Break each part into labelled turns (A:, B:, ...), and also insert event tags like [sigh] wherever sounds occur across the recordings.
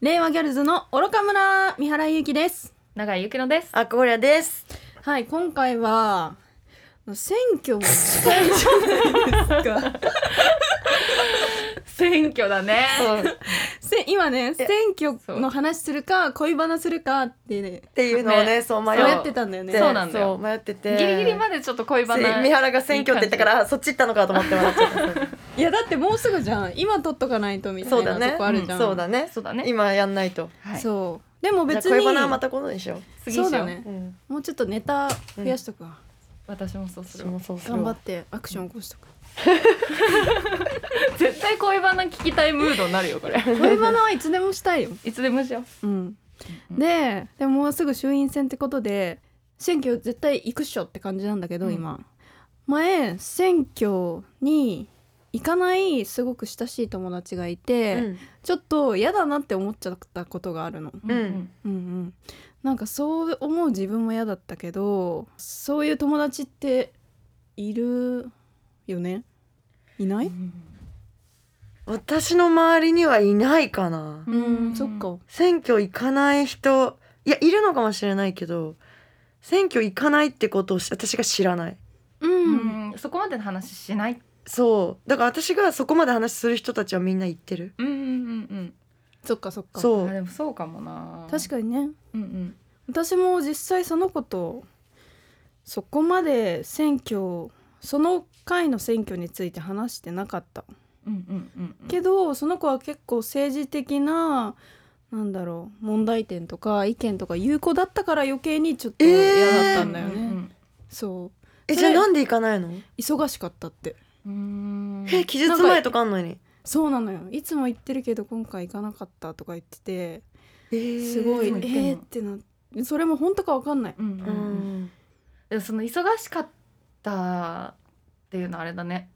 A: 令和ギャルズの愚か村三原ゆきです
B: 永井ゆきのです。
C: あこりゃです。
A: はい今回は選挙も近いじゃないですか
B: 選挙だね。
A: せ [laughs] 今ね選挙の話するか恋バナするかって、ね、
C: っていうのをね、
B: ね
C: そう
A: 迷
C: 迷
B: そう
C: っ
A: ってたんだよ
C: て、
A: ね
B: そうなんだよ
C: そう迷ってて、
B: ギリギリまでちょっと恋バ
C: せ
B: ナ。
C: 三原が選挙って言ったから、そっち行ったのかと思って笑っちゃった。
A: いやだってもうすぐじゃん今取っとかないとみた
C: そ
A: いう
C: だ
A: な
C: ね
A: とこあるじゃん、
C: そうだね。
B: そうだね
C: 今やんないと。
B: はい。
A: そうでも別
C: じゃあ
A: に
C: 恋バナはまた今度にしよ
B: 次にしよ
A: そうだね
C: う。うん。
A: もうちょっとネタ増やしとくわ、
B: 私もそうす
C: 私
B: る。
C: もそうする
A: 頑張
C: わ。
A: ってアクション起こしとく
B: 絶対恋バナ聞きたいムードになるよこれ。
A: 恋バナはいつでもしたいよ
B: いつでもしよう。
A: うん、ででももうすぐ衆院選ってことで選挙絶対行くっしょって感じなんだけど、
B: うん
A: 今前選挙に行かないすごく親しい友達がいて、
C: うん
A: ちょっと嫌だなって思っちゃったことがあるの、
C: ん
A: うんうん、なんかそう思う自分も嫌だったけどそういう友達っているよねいな
B: う
A: い、
B: ん。
C: 私の周りにはいないかな。
B: う
A: そっか。
C: 選挙行かない人、いやいるのかもしれないけど、選挙行かないってことをし私が知らない。
A: う
B: うんん。そこまでの話しない。
C: そう。だから私がそこまで話する人たちはみんな行ってる。
B: うんうん
A: そっかそっか
C: そ
B: うんうん。あ
C: う。
B: でもそうかもな。
A: 確かにね
B: に。うん
A: 私も実際その子とそこまで選挙その回の選挙について話してなかった
B: うん。うんうんうんうん。
A: けどその子は結構政治的ななんだろう問題点とか意見とか有効だったから余計にちょっと
C: えー
A: 嫌だったんだよね、
B: う
A: そ
C: え
A: そ
C: じゃ
A: れ
C: あなんで行かないの？
A: う忙しかったって
B: うんうん。
C: え期日前とかあんのに。
A: そうなのよいつも行ってるけど今回行かなかったとか言ってて
C: えー
A: すごいえ
B: いつも行ってんの
A: ーってなそれも本当かわかんない
B: うんうんう。
C: うんん。
B: でもその忙しかったっていうのはあれだね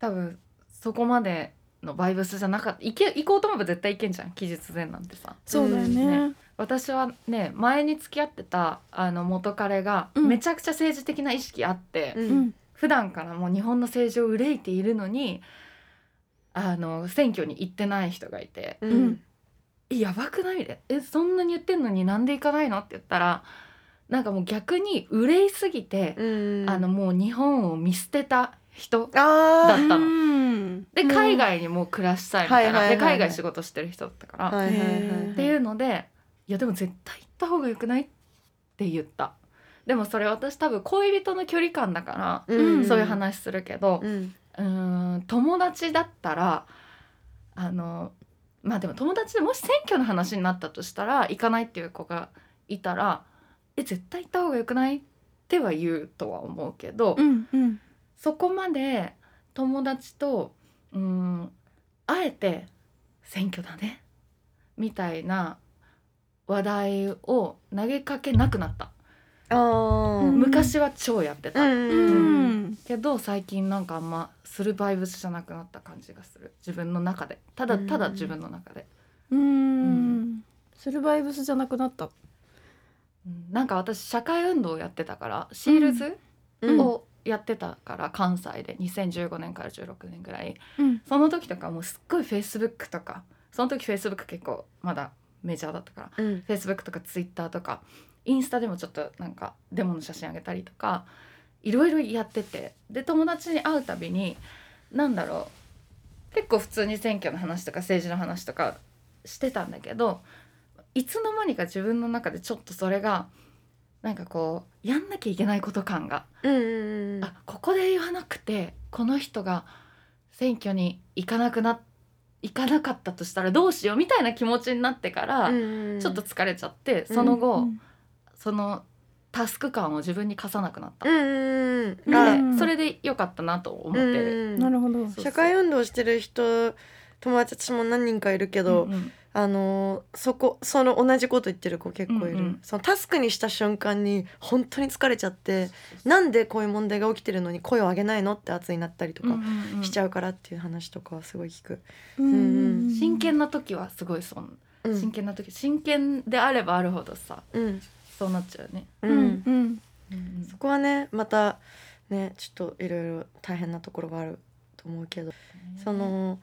B: 多分そこまでのバイブスじゃなかった行け行こうと思えば絶対行けんじゃん期日前なんてさ
A: そうだよね,、
B: ね私はね前に付き合ってたあの元彼が
A: うん
B: めちゃくちゃ政治的な意識あって、
C: う。
A: うんん
B: 普段からもう日本の政治を憂いているのにあの選挙に行ってない人がいて
C: う
A: うん
C: ん。
B: えやばくないみたいなえそんなに言ってんのになんで行かないのって言ったらなんかもう逆に憂いすぎて、
C: うん。
B: あのもう日本を見捨てた人だ
C: あ
B: ったの
A: うん
B: で
C: うん
B: 海外にもう暮らしたいみたい
C: は
B: ない
C: は
B: で
C: いはいはい
B: 海外仕事してる人だったから、
C: あ。はいはいはい。
B: っていうのでいやでも絶対行った方がよくないって言ったでもそれ私多分恋人の距離感だから、
A: うん
B: そういう。話するけど
C: うん。
B: うーん友達だったらあのまあでも友達でもし選挙の話になったとしたら行かないっていう子がいたら「え絶対行った方がよくない?」っては言うとは思うけど、
A: うんうん
B: そこまで友達とうんあえて選挙だねみたいな話題を投げかけなくなった、
C: ああ。
A: うん
B: 昔は超やってた、
C: うん。
B: けど最近なんかあんまするバイブスじゃなくなった感じがする自分の中でただ
C: うん
B: ただ自分の中で、
A: うー。
B: うん
A: するバイブスじゃなくなった。
B: うんなんか私社会運動をやってたからシールズ
C: うん。
B: をやってたから、関西で2015年から16年ぐらい
A: うん。
B: その時とかもうすっごいフェイスブックとかその時フェイスブック結構まだメジャーだったから
C: うん。
B: フェイスブックとかツイッターとかインスタでもちょっとなんかデモの写真あげたりとかいろいろやっててで友達に会うたびになんだろう結構普通に選挙の話とか政治の話とかしてたんだけどいつの間にか自分の中でちょっとそれがなんかこうやんなきゃいけないこと感が
C: うん。
B: あここで言わなくてこの人が選挙に行かなくな行かなかったとしたらどうしようみたいな気持ちになってから、
C: うん。
B: ちょっと。疲れちゃって
C: うん
B: その後、そのタスク感を自分に課さなくなった、
C: うん。
B: で
C: が。
B: それで良かったなと思ってる、
A: な
C: る。
A: るほど。
B: そう
C: 社会運動してる人。友達私も何人かいるけ
B: うん
C: ど、
B: うん
C: あのーそこその同じこと言ってる子結構いる、
B: うんうん
C: そのタスクにした瞬間に本当に疲れちゃってなんでこういう問題が起きてるのに声を上げないのって圧になったりと
B: うんう
C: か
B: んうん
C: しちゃうからっていう話とかはすごい聞く、
A: うん
B: 真。剣な時はすごいそん
C: うん、
B: 真剣な時真剣であればあるほどさ
C: うん
B: そうなっちゃうね、
C: う、
A: うんん。うん。
C: そこはねまたねちょっといろいろ大変なところがあると思うけどその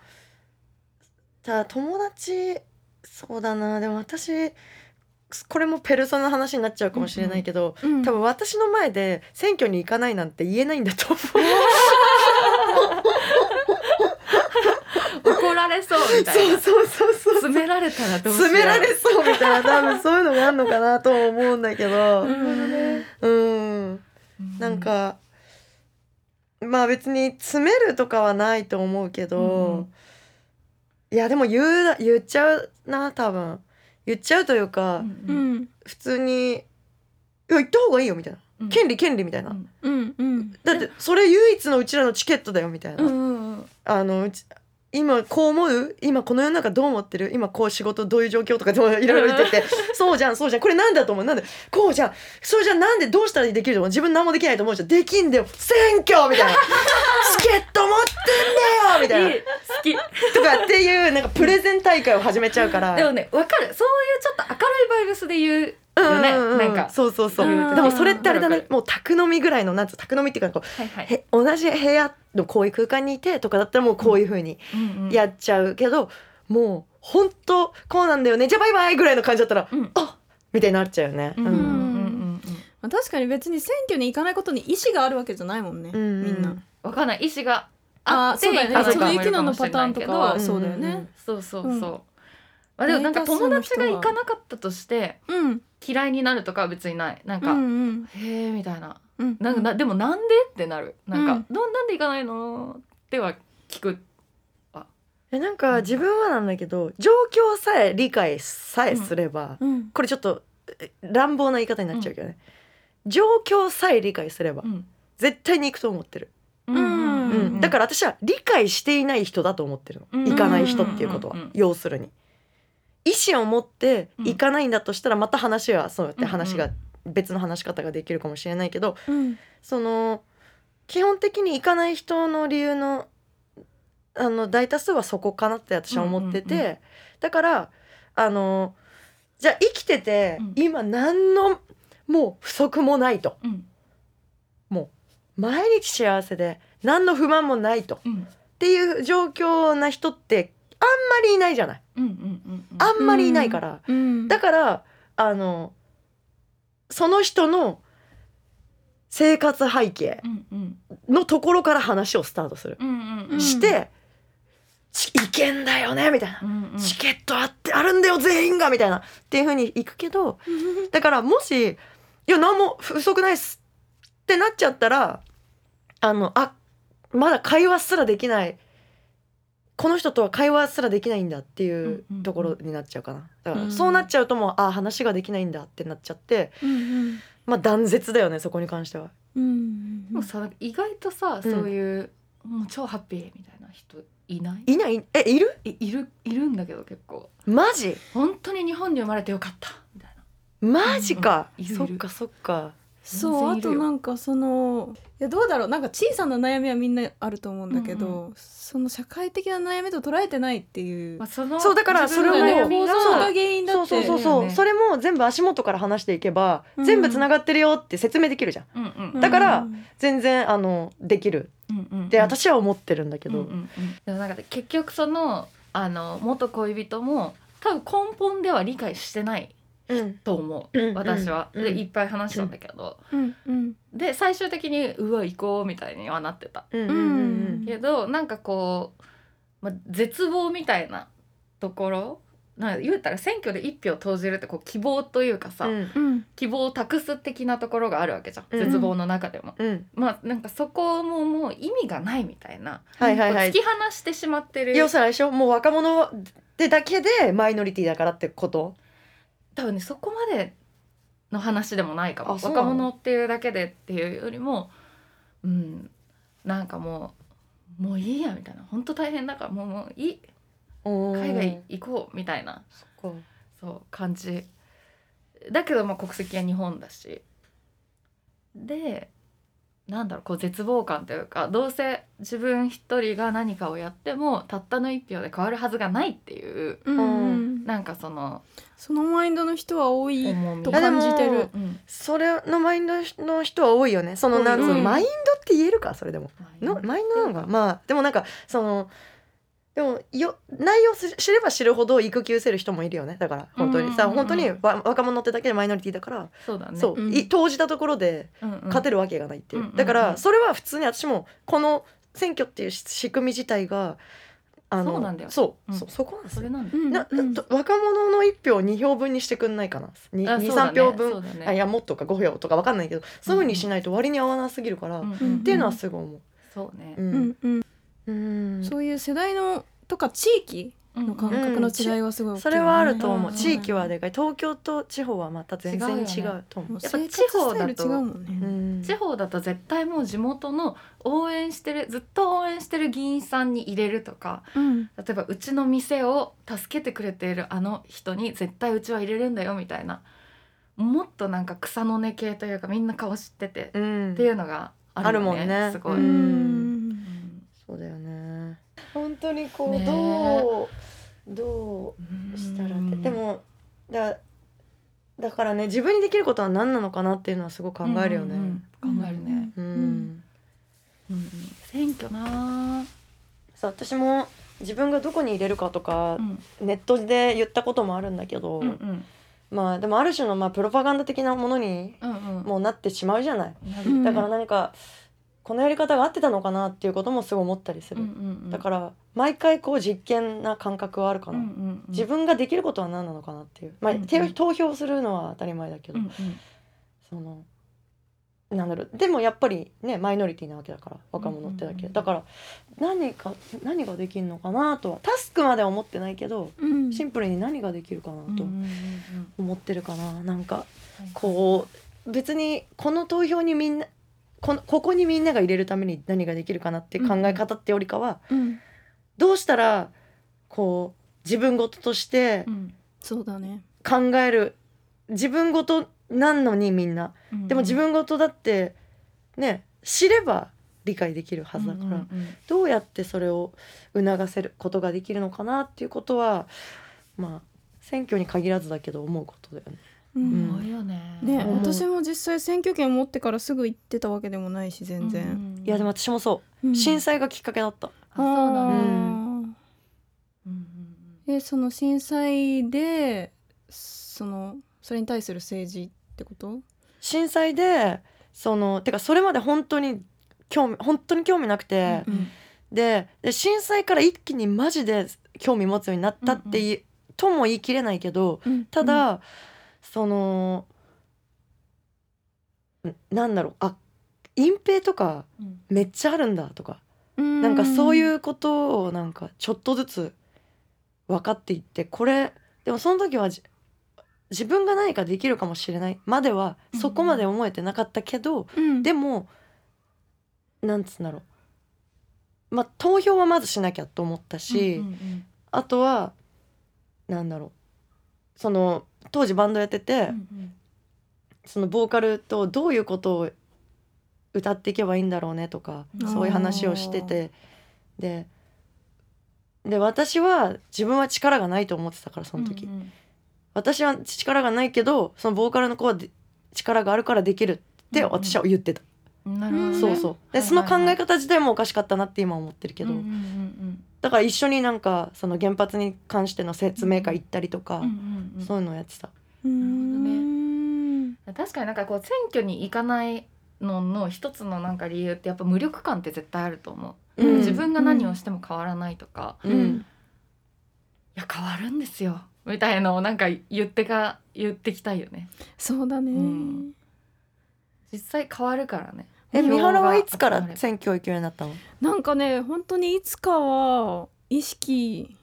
C: ただ友達そうだなでも私これもペルソナの話になっちゃうかもしれないけど、
A: うん
C: 多分私の前で選挙に行かないなんて言えないんだと思
B: 怒られそうみ
C: う
B: たいな
C: [laughs] そうそうそうそう
B: 詰められたらどうしよう
C: 詰められそうみたいな多分そういうのがあるのかなと思うんだけど
B: なるほどね
C: うんなんか、まあ別に詰めるとかはないと思うけど、いやでも言うな言っちゃうな多分言っちゃうというか、
A: う
B: うん
A: ん
C: 普通に「いや行った方がいいよ」みたいな
B: うん
C: 「権利権利」みたいな、
B: うん
A: うんうん
C: だってそれ唯一のうちらのチケットだよみたいな、
B: うんうんうん
C: あのうち今こう思う今この世の中どう思ってる今こう仕事どういう状況とかでもいろいろ言っててそうじゃんそうじゃんこれなんだと思うなんでこうじゃんそうじゃんなんでどうしたらできると思う自分何もできないと思うじゃんできんだよ選挙みたい
B: [laughs]
C: なチケット持ってんだよみ
B: いい好き
C: たいなとかっていうなんかプレゼン大会を始めちゃうから
B: でもねわかるそういうちょっと明るいバイブスで言うよね、
C: うんうんうん
B: なんか
C: そうそうそう、
A: うん
C: でもそれってあれだ
B: わ
C: ね
B: か
C: もう宅飲みぐらいのなんつう宅飲みっていうかこう
B: はいはい、
C: へ同じ部屋のこういう空間にいてとかだったらもうこういうふうに
B: うんうん
C: やっちゃうけど、もう本当こうなんだよねじゃあバイバイぐらいの感じだったら、
B: うん
C: あみたいになっちゃうよね。
B: うんうんうんうん
A: まあ、確かに別に選挙に行かないことに意思があるわけじゃないもんね、
C: うん
A: みんな。
B: わかんない意思が
A: あ
B: あっ
A: あ
B: て
A: そうだよ
B: 家
A: ね
B: 族
A: そ
B: が
A: の
B: いる
A: 雪
B: か
A: 乃
B: も
A: の
B: しれ
A: パタ
B: な
A: ー
B: い
A: ン
B: け
A: と
B: ど
A: かは
C: ん
A: そうだよね
B: そうそうそう、
A: うん
B: まあでもなんか友達が行かなかったとして
A: うん
B: 嫌いになるとかは別にないなん
A: う
B: か、
A: んうん
B: へえみたいな
A: うん
B: なんかなでもなんでってなるなんか、
A: う
B: どん、なんで行かないのっては聞く
C: えなんか自分はなんだけど状況さえ理解さえすれば、
A: うん
C: これちょっとえ乱暴な言い方になっちゃうけどね、状況さえ理解すれば
B: うん
C: 絶対に行くと思ってる、
B: うんん
C: うんだから私は理解していない人だと思ってるの、
B: うん
C: 行かない人っていうことは、
B: うん
C: 要するに意思を持って行かないんだとしたらまた話はそうやって話
B: う
C: が
B: ん
C: 別の話し方ができるかもしれないけど
A: うん
C: その基本的に行かない人の理由のあの大多数はそこかなって私は思ってて、
B: うんうん
C: だからあのじゃあ生きてて、
B: うん
C: 今何のもう不足もないと
B: うん
C: 毎日幸せで何の不満もないとっ
B: うん
C: ていう状況な人ってあんまりいないじゃない
B: うんうんうん
C: あんまりいないから、
A: うん
C: だからあのその人の生活背景
B: うんうん
C: のところから話をスタートする。
B: うんうん
A: うん
C: して「ち行けんだよね」みたいな、
B: うんうん
C: チケットあってあるんだよ全員が」みたいなっていうふうに行くけどだからもし「いや何も不足ないっす」ってなっちゃったらあのあまだ会話すらできないこの人とは会話すらできないんだっていう
B: うんうんうん
C: ところになっちゃうかなだか
B: うん
C: らそうなっちゃうともうあ話ができないんだってなっちゃって
A: うん
C: まあ断絶だよねそこに関しては。
A: うん
B: でもさ意外とさ、そういうもう超ハッピーみたいな人いない
C: いないえいる
B: いいるいるんだけど結構
C: マジ
B: 本当に日本に生まれてよかったみたいな
C: マジか、
B: うんうんいるい
C: そ
B: る
C: っかそっか。
A: そう
B: 全然
A: あ
B: いる
A: と
B: よ
A: なんかそのいやどうだろうなんか小さな悩みはみんなあると思うんだけど、
B: うん
A: その社会的な悩みと捉えてないっていう、
B: まあ、その
C: そうだから
B: 自分の
C: それを
B: 悩みが
A: そうが原因だ
C: そう
A: って
C: そうそう
B: だ
C: そ
B: よ
C: う、
B: ね
C: それも全部足元から話していけば、
A: うん
C: 全部つながってるよって説明できるじゃん
B: うんうん
C: だから
A: うん
C: 全然あのできる
B: うんうんうん
C: って私は思ってるんだけど、
B: うんうんうんでもなんか結局そのあの元恋人も多分根本では理解してないと思う、
C: うんうん
B: 私は、
C: うん
B: でいっぱい話したんだけど、
A: うんうん
B: で最終的にうわ行こうみたいにはなってた
C: うん
A: うんうん
B: けどなんかこう、まあ、絶望みたいなところなんか言うたら選挙で一票投じるってこう希望というかさ、
C: うん
A: うん
B: 希望を託す的なところがあるわけじゃん、
C: うん
B: 絶望の中でも。
C: うん
B: まあなんかそこももう意味がないみたいな、
C: はいはいは
B: こ
C: いう
B: 突き放してしまってる
C: 要するにあれでしょもう若者でだけでマイノリティだからってこと
B: 多分ねそこまでの話でもないかも
C: あそう
B: 若
C: なの
B: 者っていうだけでっていうよりもうんなんかもうもういいやみたいな本当大変だからもうもういい海
C: 海
B: 外行こうみたいな
C: そっか
B: そう感じだけどまあ国籍は日本だしでなんだろうこう絶望感というかどうせ自分一人が何かをやってもたったの一票で変わるはずがないっていう
A: うんうん
B: なんかその
A: そのマインドの人は多い
B: 重み
A: と感じて
C: い
A: る
C: やでも
B: うん
C: それのマインドの人は多いよねそのなんつう
A: 多い
C: のマインドって言えるかそれでも
B: まあ
C: のマインドなのかまあでもなんかそのでもよ内容す知れば知るほど育休せる人もいるよねだから本当にさ
B: うんうんうん
C: 本当にわ若者ってだけでマイノリティだから、
B: そうだね
C: そう、
A: うん
C: い投じたところで
B: うんうん
C: 勝てるわけがないっていう、
B: うん
C: だか
B: うんうんう
C: ら
B: ん
C: それは普通に私もこの選挙っていうし仕組み自体があの
B: そうなんだよ
C: そう、
B: うん
C: そそこなんです
B: そ
C: よ
B: れなん
A: う
B: だ
A: ん
C: な
A: うん
C: と若者の1票2票分にしてくんないかな
B: あそうだね
C: 23票分、
B: そうだね
C: あいやもっとか5票とかわかんないけどそういうふうにしないと割に合わなすぎるから、
B: う
C: っ
B: ん
A: うん
C: ていうのはすごい思う。
B: そうね
C: う
A: うんんうん
C: うん
A: そういう世代のとか地域の感覚の違いはすごい大きいよね、
C: それはあると
B: うん
C: 思
B: う
C: うん地域はでかい東京と地方はまた全然違うと思
A: もう
C: う
B: やっ
A: 生
B: ぱ
A: 活
B: 地方
A: スタ
B: だと
A: イル違うもんね、
C: うん
B: 地方だと絶対もう地元の応援してるずっと応援してる議員さんに入れるとか
A: うん
B: 例えばうちの店を助けてくれているあの人に絶対うちは入れるんだよみたいなもっとなんか草の根系というかみんな顔知ってて、っ
C: うん
B: ていうのがあるよ
C: あるもんね
B: すごい。
C: うんそうだよね本当にこう、
B: ね
C: どうど
B: うん
C: うしたらってでもだだからね自分にできることは何なのかなっていうのはすごく考えるよね。
B: うんうん考えるね、
C: うん
A: うん
B: うん選挙なあ、
C: さ私も自分がどこに入れるかとか
B: う、ん
C: ネットで言ったこともあるんだけど、
B: うんうん
C: まあでもある種のまあプロパガンダ的なものに
B: うんうん
C: もうなってしまうじゃない。
B: な
A: う
B: る
A: ん
C: だから何かこのやり方が合ってたのかなっていうこともすごい思ったりする、
B: うんうんうん
C: だから毎回こう実験な感覚はあるか
B: うん
C: な、
B: うんうん
C: 自分ができることは何なのかなっていうまあ、
B: うんうん
C: て投票するのは当たり前だけ
B: う
C: ど、
B: んうん
C: そのなんだろうでもやっぱりねマイノリティなわけだから若者ってだけ、
B: うんうんうん
C: だから何か何ができるのかなとはタスクまでは思ってないけど
A: うん
C: シンプルに何ができるかなと
B: うんうんうん
C: 思ってるかななんか
B: うん
C: こう別にこの投票にみんなこのここにみんなが入れるために何ができるかなっていう考え方ってよりかは、
A: うん
C: どうしたらこう自分事として
B: うん
A: そうだね
C: 考える自分事なんのにみんな
B: うん
C: でも自分事だってね知れば理解できるはずだから、
B: うんうんうん
C: どうやってそれを促せることができるのかなっていうことはまあ選挙に限らずだけど思うことだよね。
A: うん
B: 思うよね。
A: ね、
C: うん
A: 私も実際選挙権持ってからすぐ行ってたわけでもないし全然、
B: 然
C: いやでも
B: あ
C: 私もそうう、
A: ん
C: 震災がきっかけだった。
B: そうな
A: あ
B: んだ。
A: ーえその震災でそのそれに対する政治ってこと
C: 震災でそのてかそれまで本当に興味本当に興味なくて、
A: うん
C: でで震災から一気にマジで興味持つようになったっていう、とも言い切れないけどただ、そのんなんだろうあ隠蔽とかめっちゃあるんだとか、
A: うん、
C: なんかそういううことをなんかちょっとずつ分かっていってこれでもその時はじ自分が何かできるかもしれないまではそこまで思えてなかったけど、
A: ん
C: でもなんつうんだろうまあ投票はまずしなきゃと思ったし、あとはなんだろうその当時バンドやってて、そのボーカルとどういうことを歌っていけばいいんだろうねとか
B: あー
C: そういう話をしててでで私は自分は力がないと思ってたからその時、私は力がないけどそのボーカルの子はで力があるからできるって私は言ってた。
B: なるほどね。
C: そうそうで、
B: はい
C: その考
B: はいはい
C: え方自体もおかしかったなって今思ってるけど、
B: うんうんうん
C: だから一緒になんかその原発に関しての説明会行ったりとか、
B: うんうんうん
C: そういうのをやってた、
A: うん
B: 確かになんかこう選挙に行かないのの一つのなんか理由ってやっぱ無力感って絶対あると思
A: う
B: う。
A: ん
B: 自分が何をしても変わらないとか、
C: う
A: うんん
B: いや変わるんですよみたいなのをなんか言ってか言ってきたいよね。
A: そうだね、
B: うん実際変わるからね。
C: え三原はいつか
B: 票が集まれ
C: ら
B: ば
C: 選挙行くようになったの
A: なんかね本当にいつかは意識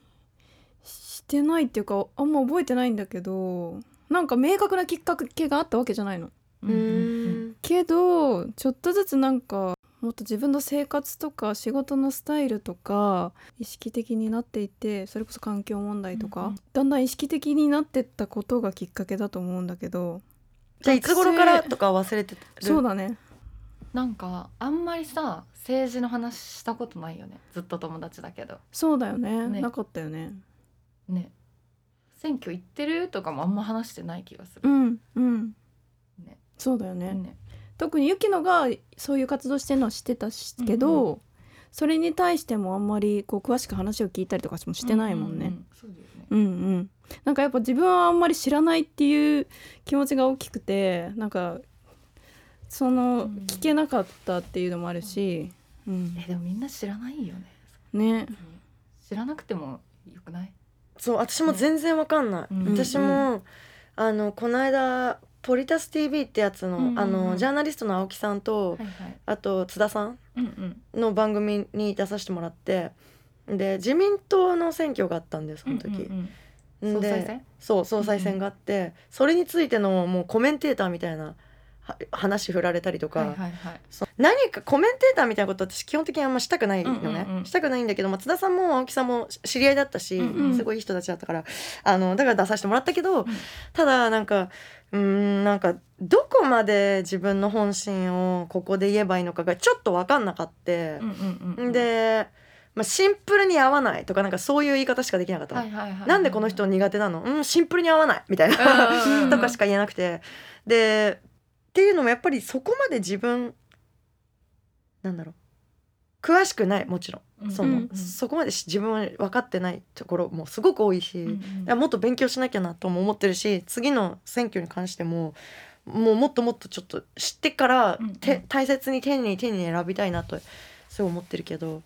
A: してないっていうかあんま覚えてないんだけどなんか明確なきっかけがあったわけじゃないの。
B: うんうん
A: けどちょっとずつなんかもっと自分の生活とか仕事のスタイルとか意識的になっていてそれこそ環境問題とか、
B: うんうん
A: だんだん意識的になってったことがきっかけだと思うんだけど
C: じゃあいつ頃から
A: 学生
C: とか忘れてる
A: そうだね
B: なんかあんまりさ政治の話したことないよねずっと友達だけど
A: そうだよね
B: ね
A: なかったよね
B: ね選挙行ってるとかもあんま話してない気がす
A: う
B: る、
A: んうん
B: ね
A: そうだよね、
B: ね
A: 特にユキノがそういう活動してるのは知ってたしけど、それに対してもあんまりこう詳しく話を聞いたりとかもしてないもんね。
B: うううそうだよね
A: うんうん、なんかやっぱ自分はあんまり知らないっていう気持ちが大きくてなんかその
B: うん
A: 聞けなかったっていうのもあるし、うん
B: えでもみんな知らないよね
A: ね
B: 知らなくてもよくない
C: そう私も全然わかんない、
B: うん
C: 私も、あのこの間ポリタス TV ってやつの,、
B: うんうんうん
C: あのジャーナリストの青木さんと、
B: はいはい
C: あと津田さん
B: うんうん
C: の番組に出させてもらってで自民党の選挙があったんですその時、
B: うんうんうん、総
C: で
B: 裁選
C: そう総裁選があって、それについてのもうコメンテーターみたいなは話振られたりとか、
B: はいはいはい
C: そう何かコメンテーターみたいなこと私基本的にあんましたくないのね、
B: うんうんうん
C: したくないんだけど、まあ、津田さんも青木さんもし知り合いだったし、
B: うん
A: うん
C: すごいいい人たちだったからあのだから出させてもらったけど、ただなんかうーんなんかどこまで自分の本心をここで言えばいいのかがちょっと分かんなかって
B: う、んうんうんうん
C: で、まあ、シンプルに合わないとかなんかそういう言い方しかできなかったの、
B: はいはいはい
C: なんでこの人苦手なのうんシンプルに合わないみたいな
B: うんうんうん
C: とかしか言えなくてでっていうのもやっぱりそこまで自分なんだろう詳しくないもちろんその、
A: うん
C: そこまでし自分は分かってないところもすごく多いし、
B: うんうん
C: だからもっと勉強しなきゃなとも思ってるし次の選挙に関してももうもっともっとちょっと知ってから、
B: うんうん
C: て大切に丁寧に丁寧に選びたいなとそう思ってるけど、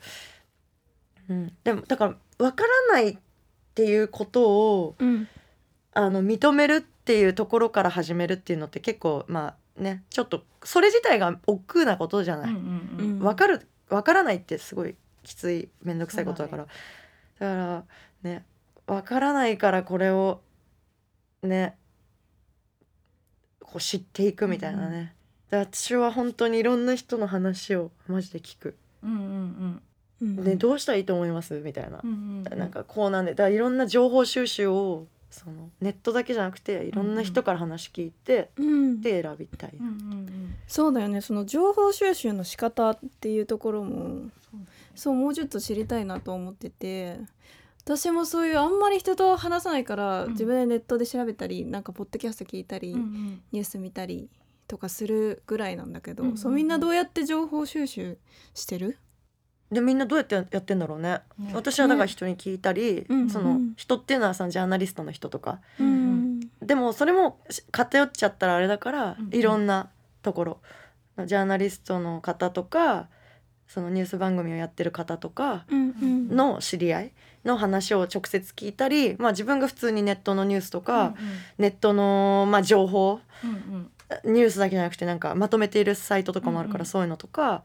C: うん、でもだから分からないっていうことを
A: うん
C: あの認めるっていうところから始めるっていうのって結構まあねちょっとそれ自体が億劫なことじゃ
B: う
C: なんい。
B: うんう
A: うんん
C: わ、かるわからないってすごいきつい面倒くさいことだからだ,、からねわからないからこれをねこう知っていくみたいなね。で私は本当にいろんな人の話をマジで聞く。
B: うんうん
A: うん
C: でどうしたらいいと思いますみたいな
B: うんう。んうん
C: なんかこうなんでだからいろんな情報収集をそのネットだけじゃなくていろんな人から話聞いて、
A: うん
C: で選びたい、
B: うんうんうん
A: そうだよねその情報収集の仕方っていうところもそうもうちょっと知りたいなと思ってて私もそういうあんまり人と話さないから、
B: うん
A: 自分でネットで調べたりなんかポッドキャスト聞いたり、
B: うんうん
A: ニュース見たりとかするぐらいなんだけど、
B: うんうんうん
A: そうみんなどうやって情報収集してる、
C: でみんなどうやってやってんだろうね
B: ね
C: 私はだから人に聞いたり、
A: うん
C: そうの
A: ん
C: 人っていうのはさジャーナリストの人とか
B: うんうん
C: でもそれもし偏っちゃったらあれだから、
B: うん
C: いろんなところジャーナリストの方とかそのニュース番組をやってる方とか
A: うんうん
C: の知り合いの話を直接聞いたり、まあ、自分が普通にネットのニュースとか、ネットの、まあ、情報
B: うんうんうん
C: ニュースだけじゃなくてなんかまとめているサイトとかもあるか
B: うんう
C: ら
B: ん
C: そういうのとか、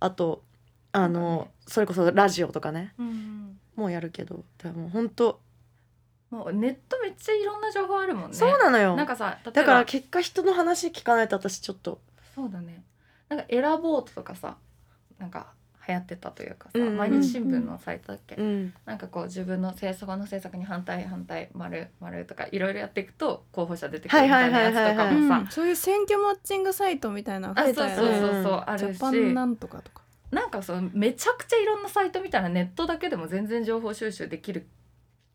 C: あとあの、
B: ね
C: それこそラジオとかね
B: うんうん
C: もうやるけどでも本当
B: もうネットめっちゃいろんな情報あるもんね
C: そうなのよ
B: なんかさ例えば
C: だから結果人の話聞かないと私ちょっと
B: そうだねなんか選ぼうとかさなんか流行ってたというかさ、
C: うんうん
B: 毎日新聞のサイトだっけ、
C: うん
B: なんかこう自分の政策この政策に反対反対丸丸とかいろいろやっていくと候補者出てくるみたいなやつとか
C: うん
B: も
A: う
B: さ
A: んそういう選挙マッチングサイトみたいなの
B: あ
A: 増
B: そう
A: え
B: そ
A: た
B: う
A: よ
B: そう
A: ね
B: そうあ
A: ジ
B: る
A: ャパン
B: し
A: なんとかとか
B: なんかそのめちゃくちゃいろんなサイトみたいなネットだけでも全然情報収集できる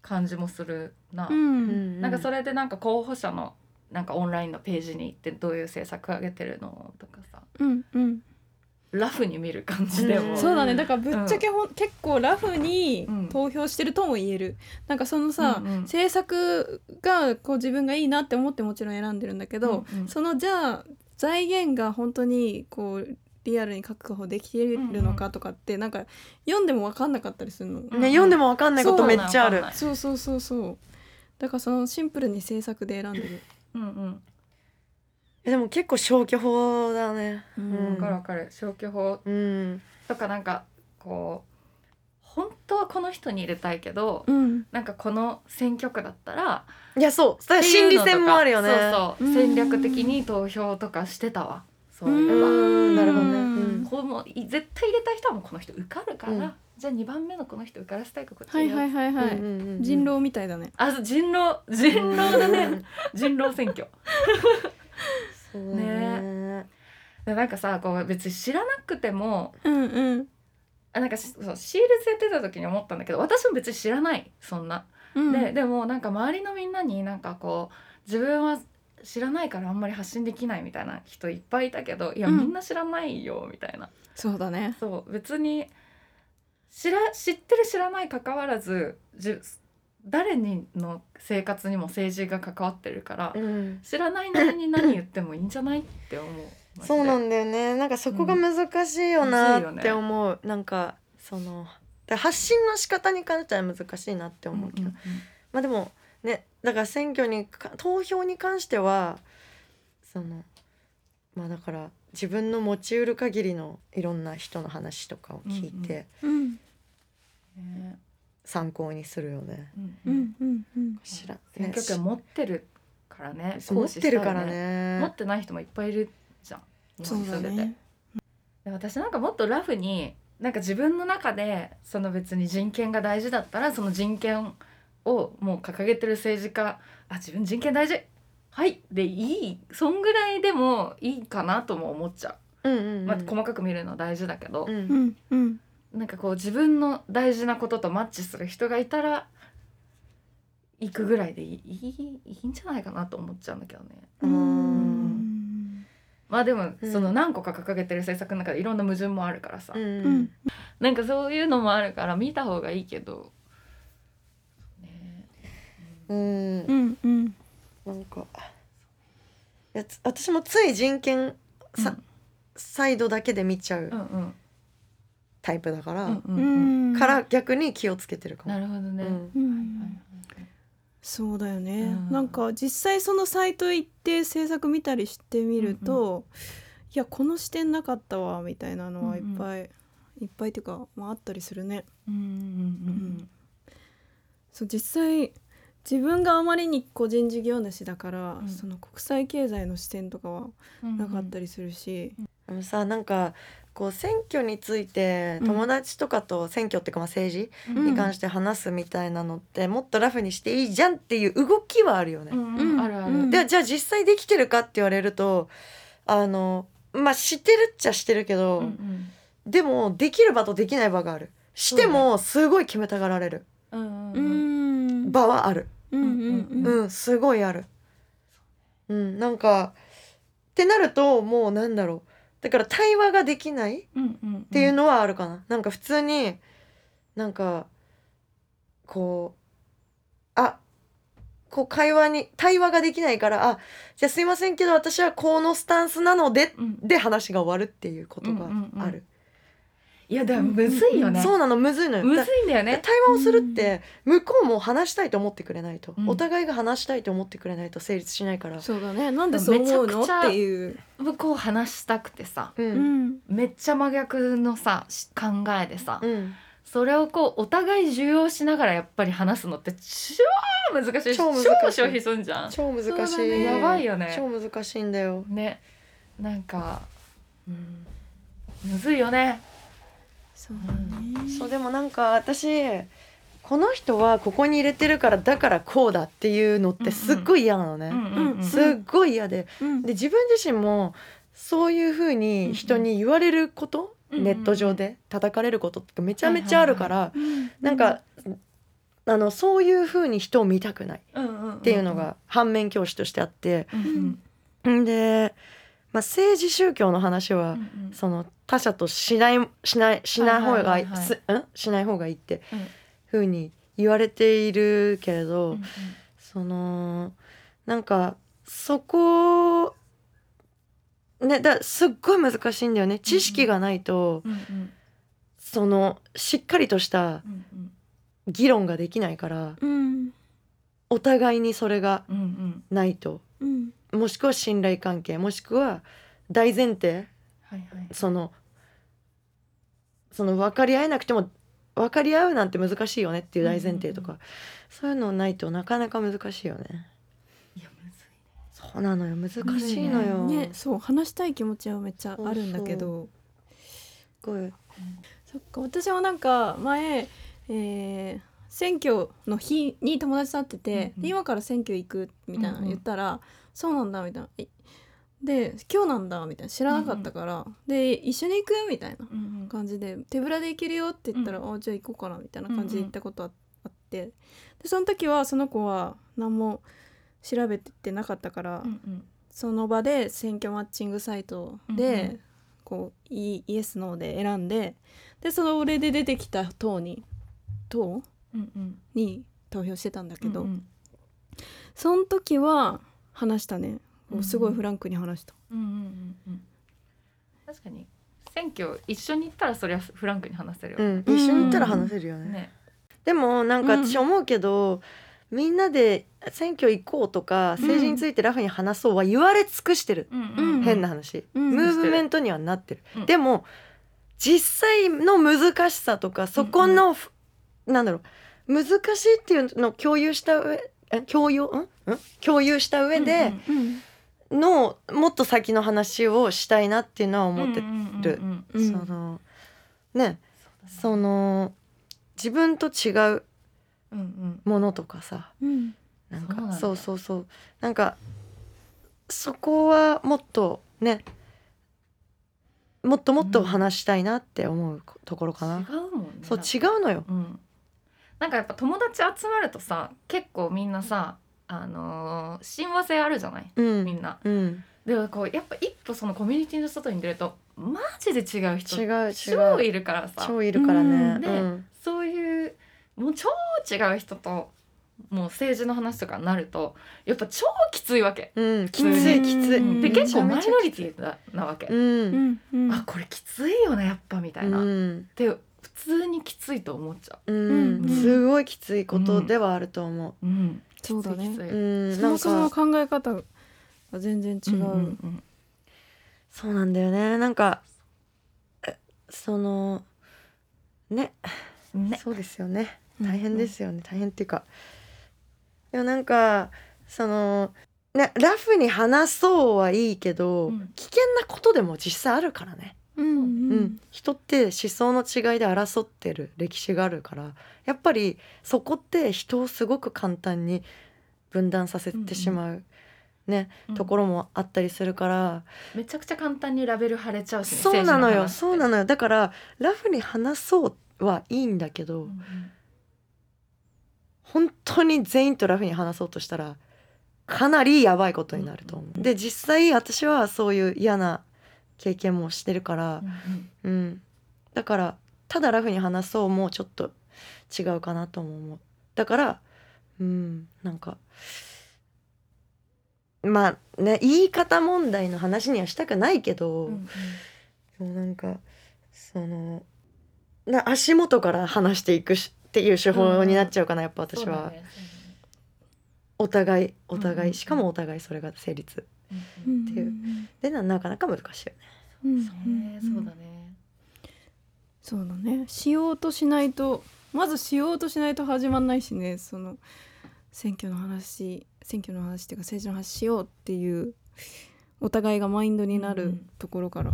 B: 感じもするな、
A: ん
B: なんかそ
C: れ
B: れでなんか候補者のなんかオンラインのページに行ってどういう政策上げてるのとかさ
A: うんうん
B: ラフに見る感じでも、
C: うん
A: そうだねだからぶっちゃけほん、結構ラフに
B: うん
A: 投票してるとも言える、なんかそのさ、
B: うんうん
A: 政策がこう自分がいいなって思ってもちろん選んでるんだけど、
B: うんうん
A: そのじゃあ財源が本当にこうリアルに確保できてるのかとかって、なんか読んでも分かんなかったりするの、
B: うん
C: ね読んでもわかんないこと
A: そう
C: めっちゃある
B: わかんない
A: そうそうそうそうだからそのシンプルに制作で選んでる
B: うんうん
C: えでも結構消去法だね
A: う
C: うん
B: わ
C: ん
B: かるわかる消去法
C: うん
B: とかなんかこう本当はこの人に入れたいけど、
A: うん
B: なんかこの選挙区だったら
C: いやそうだから心理戦もあるよね
B: そうそう
A: うん
B: 戦略的に投票とかしてたわそういえば
C: うんなるほどね
A: うん
B: こうもうい絶対入れたい人はもうこの人受かるから、
C: うん
B: じゃあ2番目のこの人受からせたいからこっち
A: はいはい
B: い
A: はいはい、
C: うんうんうんうん
A: 人狼みたいだね
B: あそう人狼人狼だ
C: う
B: ね
C: ん
B: 人狼選挙
C: そうだね
B: でなんかさこう別に知らなくても
A: うんうん
B: あなんかしそうシールズやってた時に思ったんだけど私も別に知らないそんな
A: うん
B: ででもなんか周りのみんなになんかこう自分は知らないからあんまり発信できないみたいな人いっぱいいたけどいや
A: うん
B: みんな知らないよみたいな、
A: そうだね
B: そう別に知ら知ってる知らない関わらずじゅ誰にの生活にも政治が関わってるから、
C: うん
B: 知らないなりに何言ってもいいんじゃないって思うマジで
C: そうなんだよねなんかそこが難しいよなって思う、なんかそのだから発信の仕方に関しては難しいなって
B: うん
C: 思うけど、
B: うん
C: まあでもねだから選挙にか投票に関してはそのまあだから自分の持ちうる限りのいろんな人の話とかを聞い
B: うんう
C: て
A: うん
B: うんね
C: 参考にするよね。
B: うん
A: う
B: うん
A: んうんうん
C: 知ら
B: 選挙権持ってるからね
C: 持ってるから
B: 行使したい
C: ね。
B: 持ってない人もいっぱいいるじゃん日
A: そ
B: 本に
A: うだ
B: 住んでて、
A: ね
B: で私なんかもっとラフになんか自分の中でその別に人権が大事だったらその人権をもう掲げてる政治家あ自分人権大事はいでいいそんぐらいでもいいかなとも思っちゃ
C: うんうんう
B: う、
C: ん
B: まあ、細かく見るのは大事だけど、
C: う
A: うんんうん
B: なんかこう自分の大事なこととマッチする人がいたら行くぐらいでいいいいいいんじゃないかなと思っちゃうんだけどね。
A: う
C: うん
A: ん
B: まあでも
C: うん
B: その何個か掲げてる政策の中でいろんな矛盾もあるからさ、
C: うん
A: う
C: うんん
B: なんかそういうのもあるから見た方がいいけど、ね
C: うん
A: うんうん
C: なんかいやつ私もつい人権さ、
B: うん
C: サイドだけで見ちゃ
B: う
C: うん
B: うん
C: タイプだから、
B: うんうん
A: う
B: うん
A: ん
C: から逆に気をつけてるかも。
B: なるほどね、
C: うん
A: う
B: はい
A: んそうだよね、
B: うん
A: なんか実際そのサイト行って制作見たりしてみると、いやこの視点なかったわみたいなのはいっぱい、いっぱいっていうか、まあ、あったりするね
B: うんうんうん
A: そう実際自分があまりに個人事業主だから、
B: うん
A: その国際経済の視点とかは
B: うんうん
A: なかったりするし、
C: でもさなんかこう選挙について
A: うん
C: 友達とかと選挙っていうかまあ政治
B: うん
C: に関して話すみたいなのって、もっとラフにしていいじゃんっていう動きはあるよね。
B: うん
A: う
B: うんん、あるある、
A: うん
C: でじゃあ実際できてるかって言われるとあのまあしてるっちゃしてるけど、
B: うんうん
C: でもできる場とできない場があるしてもすごい決めたがられる
B: うん
A: う
B: うんうん
A: ん
C: 場はある
A: うんうんうん
C: うんすごいあるうんなんかってなるともうなんだろうだから対話ができないっ
B: うんうんって
C: いうのはあるかな、なんか普通になんかこうあこう会話に対話ができないからあじゃあすいませんけど私はこのスタンスなので
B: うん
C: で話が終わるっていうことがある、
B: いやでもむずいよね、
C: そうなのむずいのよ
B: むずいんだよね
C: 対話をするって向こうも話したいと思ってくれないと、
B: うん
C: お互いが話したいと思ってくれないと成立しないから、
A: そうだねなんでそう思うの
B: め
A: っ
B: ちゃくちゃ
A: ていう、
B: こう話したくてさ
C: う
A: うんん、
B: めっちゃ真逆のさし考えでさ、
C: うん、
B: それをこうお互い重要しながらやっぱり話すのって超難しいし
C: 超難しい
B: 消費すんじゃん
C: 超難しい、
A: そうだね
B: やばいよね
C: 超難しいんだよ
B: ねなんか、うん、むずいよね
A: そうだね
C: そうでもなんか私この人はここに入れてるからだからこうだっていうのってすっごい嫌なのね、
A: うん
C: すっごい嫌で
A: うん
C: で自分自身もそういうふうに人に言われること、
B: うんうん
C: ネット上で叩かれることってめちゃめちゃあるから、
A: うん
C: なんか、あのそういうふうに人を見たくない
B: っ
C: っていうのが反面教師としてあって、
B: うんうん
C: んで、まあ、政治宗教の話は、
B: うん
C: その他者としないしないしない方がいい、
B: はいはいはいはい
C: すんしない方がいいって
B: うん
C: ふうに言われているけれど、
B: うん
C: そのなんかそこねだすっごい難しいんだよね知識がないと、
B: うんうん
C: そのしっかりとし
B: う
C: た
B: んうん
C: 議論ができないから
A: うん
C: お互いにそれが
B: うんうん
C: ないと
A: うん
C: もしくは信頼関係もしくは大前提
B: はいはい
C: そのその分かり合えなくても分かり合うなんて難しいよねっていう大前提とか、
B: う
C: そういうのないとなかなか難しいよね
B: いやむずい
C: そうなのよ難しいのよ、
A: ね、そう話したい気持ちはめっちゃあるんだけど
C: すっごい
A: そっか私もなんか前、えー選挙の日に友達と会ってて、
B: うんうん
A: で今から選挙行くみたいな
B: うんうん
A: 言ったら、そうなんだみたいなえで今日なんだみたいな知らなかったから、で一緒に行くみたいな
B: うんうん
A: 感じで手ぶらで行けるよって言ったら、あじゃあ行こうかなみたいな感じで行ったことああって、でその時はその子は何も調べてなかったから、
B: うんうん
A: その場で選挙マッチングサイトで、
B: うんうん
A: こうイイエスノーで選んででその俺で出てきた党に党
B: うんうん
A: に投票してたんだけど、
B: うんうん
A: その時は話したね
B: うんうん
A: すごいフランクに話した、
B: うんうんうんうん確かに選挙一緒に行ったらそりゃフランクに話せるよね
C: うん、一緒に行ったら話せるよね。
B: ね
C: でもなんか私思うけど、みんなで選挙行こうとか政治についてラフに話そうは言われ尽くしてる、
B: うん
A: うん
C: 変な話、
A: うん
C: ムーブメントにはなってる、
B: うん
C: でも実際の難しさとかそこの、なんだろう難しいっていうのを共有した上え共有んん共有した上での、もっと先の話をしたいなっていうのは思ってて、る
B: うんうん
A: うん
C: そのね
B: う
C: その自分と違う
B: だねうん
C: ものとかさ、
A: うん
B: そうな
C: なん
B: ん
C: か
B: だ
C: そうそうそうなんかそこはもっとねもっともっと話したいなって思うところか
B: うん
C: な、
B: 違うもんね
C: そう
B: なんか
C: 違うのよ
B: うん、なんかやっぱ友達集まるとさ結構みんなさあのー親和性あるじゃない
C: うん
B: みんな、
C: うん
B: でもこうやっぱ一歩そのコミュニティの外に出るとマジで違う人
C: 違う違う
B: 超いるからさ
C: 超いるから
A: うん
C: ね
B: ねそういうもう超違う人ともう政治の話とかになるとやっぱ超きついわけ
C: うん、うん、きつ
B: う
C: い
B: ん
C: きつい
B: で
A: うん
B: 結構マ
C: め
B: イ
C: ちゃ
B: ノ
C: め
B: リ
C: ちゃきつ
B: ティ
C: い
B: ななわけ、
C: うん
A: う、んうん
B: あこれきついよねやっぱみたいな、
C: うん
B: で普通にきついと思っちゃ
C: うん
A: うん
C: すごいきついことではあると思
B: う、うん、
A: そうだ
B: きついきつ
A: ね
B: い
C: う、うん、
A: そ
C: な
A: も
C: ん
A: そもの
C: か
A: 考え方が全然違う、
B: んんん
C: そうなんだよねなんかえそのね
B: ね。
C: そうですよね
A: うん
C: 大変ですよね、大変っていうかでもなんかそのねラフに話そうはいいけど、
B: うん
C: 危険なことでも実際あるからね、
A: うんうん
C: うん人って思想の違いで争ってる歴史があるからやっぱりそこって人をすごく簡単に分断させてしまう、ね、ところもあったりするから、
B: めちゃくちゃ簡単にラベル貼れちゃうしね、
C: そうなのよそうな
B: の。
C: のよだからラフに話そうはいいんだけど、
B: うんうん
C: 本当に全員とラフに話そうとしたらかなりやばいことになると思う。
B: うん
C: で実際私はそういう嫌な経験もしてるから
B: う、ん
C: うん、だからただラフに話そうもちょっと違うかなとも思う。だからうんなんかまあね言い方問題の話にはしたくないけど、
B: うんうん
C: そうなんかそのな足元から話していくしっていう手法になっちゃうかな、やっぱ私
B: そう
C: は。
B: だね
C: お互いお互い、
B: うん
C: しかもお互いそれが成立
B: うんうん
A: ん
C: っていうでななかなか難しいよね
A: うん
B: そうねそうだね。
A: そうだねしようとしないとまずしようとしないと始まんないしねその選挙の話選挙の話っていうか政治の話しようっていうお互いがマインドにな
B: う
A: る
B: ん
A: ところから、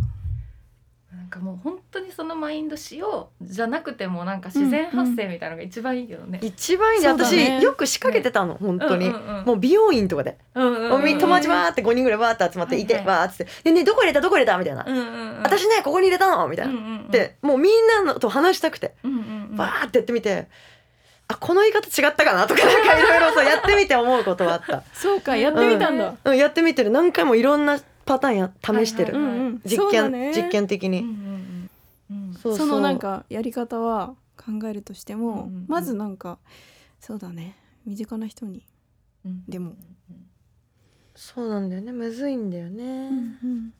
B: なんかもう本当にそのマインドしようじゃなくてもなんか自然発生みたいなのが一番いいけどね。
C: 一番いいね
A: そうだ
C: 私
A: ね
C: よく仕掛けてたの本当に、
B: うんうんうん
C: もう美容院とかで、
B: うんうんうん
C: もうみ友達わーって5人ぐらいわーって集まっていて、
B: はいは
C: わーって「でねどこ入れたどこ入れた」みたいな、
B: うんうんうん
C: 私ねここに入れたの」みたいな、でもうみんなのと話したくて
B: うんうんうんうん
C: わーってやってみて。あこの言い方違ったかなとかなんかいろいろそうやってみて思うことはあった、
A: そうかやってみたんだ、
C: うん、やってみてる何回もいろんなパターンや試してる、
A: う
B: は
A: ん
B: い
A: うん
C: 実
A: そうだ
C: 験、
A: ね
C: 実験的
B: うん
C: に、
B: うんうんうん
C: そうそう
A: そのなんかやり方は考えるとしても、
B: うんうんうん
A: まずなんかそうだね身近な人に
B: うん
A: でも、
C: そうなんだよねむずいんだよね、
A: うん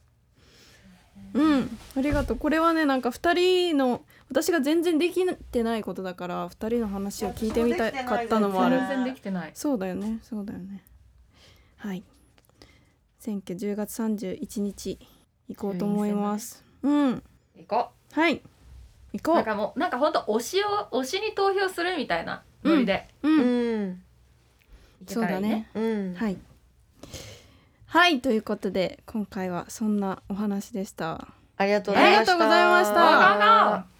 A: うん、ありがとうこれはねなんか2人の私が全然できてないことだから2人の話を聞いてみた
C: いや私もできてない
A: かったのもある
B: 全然できてない。
A: そうだよねそうだよねはい選挙10月31日行こうと思います、うん
B: 行こう。
A: はい行こ
B: なん
A: う
B: かもうなんか本当推しを推しに投票するみたいなノリで、
A: うん、
C: うん
B: いけ
A: そ
B: た
A: う
B: らい
A: だ
B: い
A: ね
C: うん
A: はいはいということで今回はそんなお話でした
C: ありがとう
A: ありがとうございました
B: わがが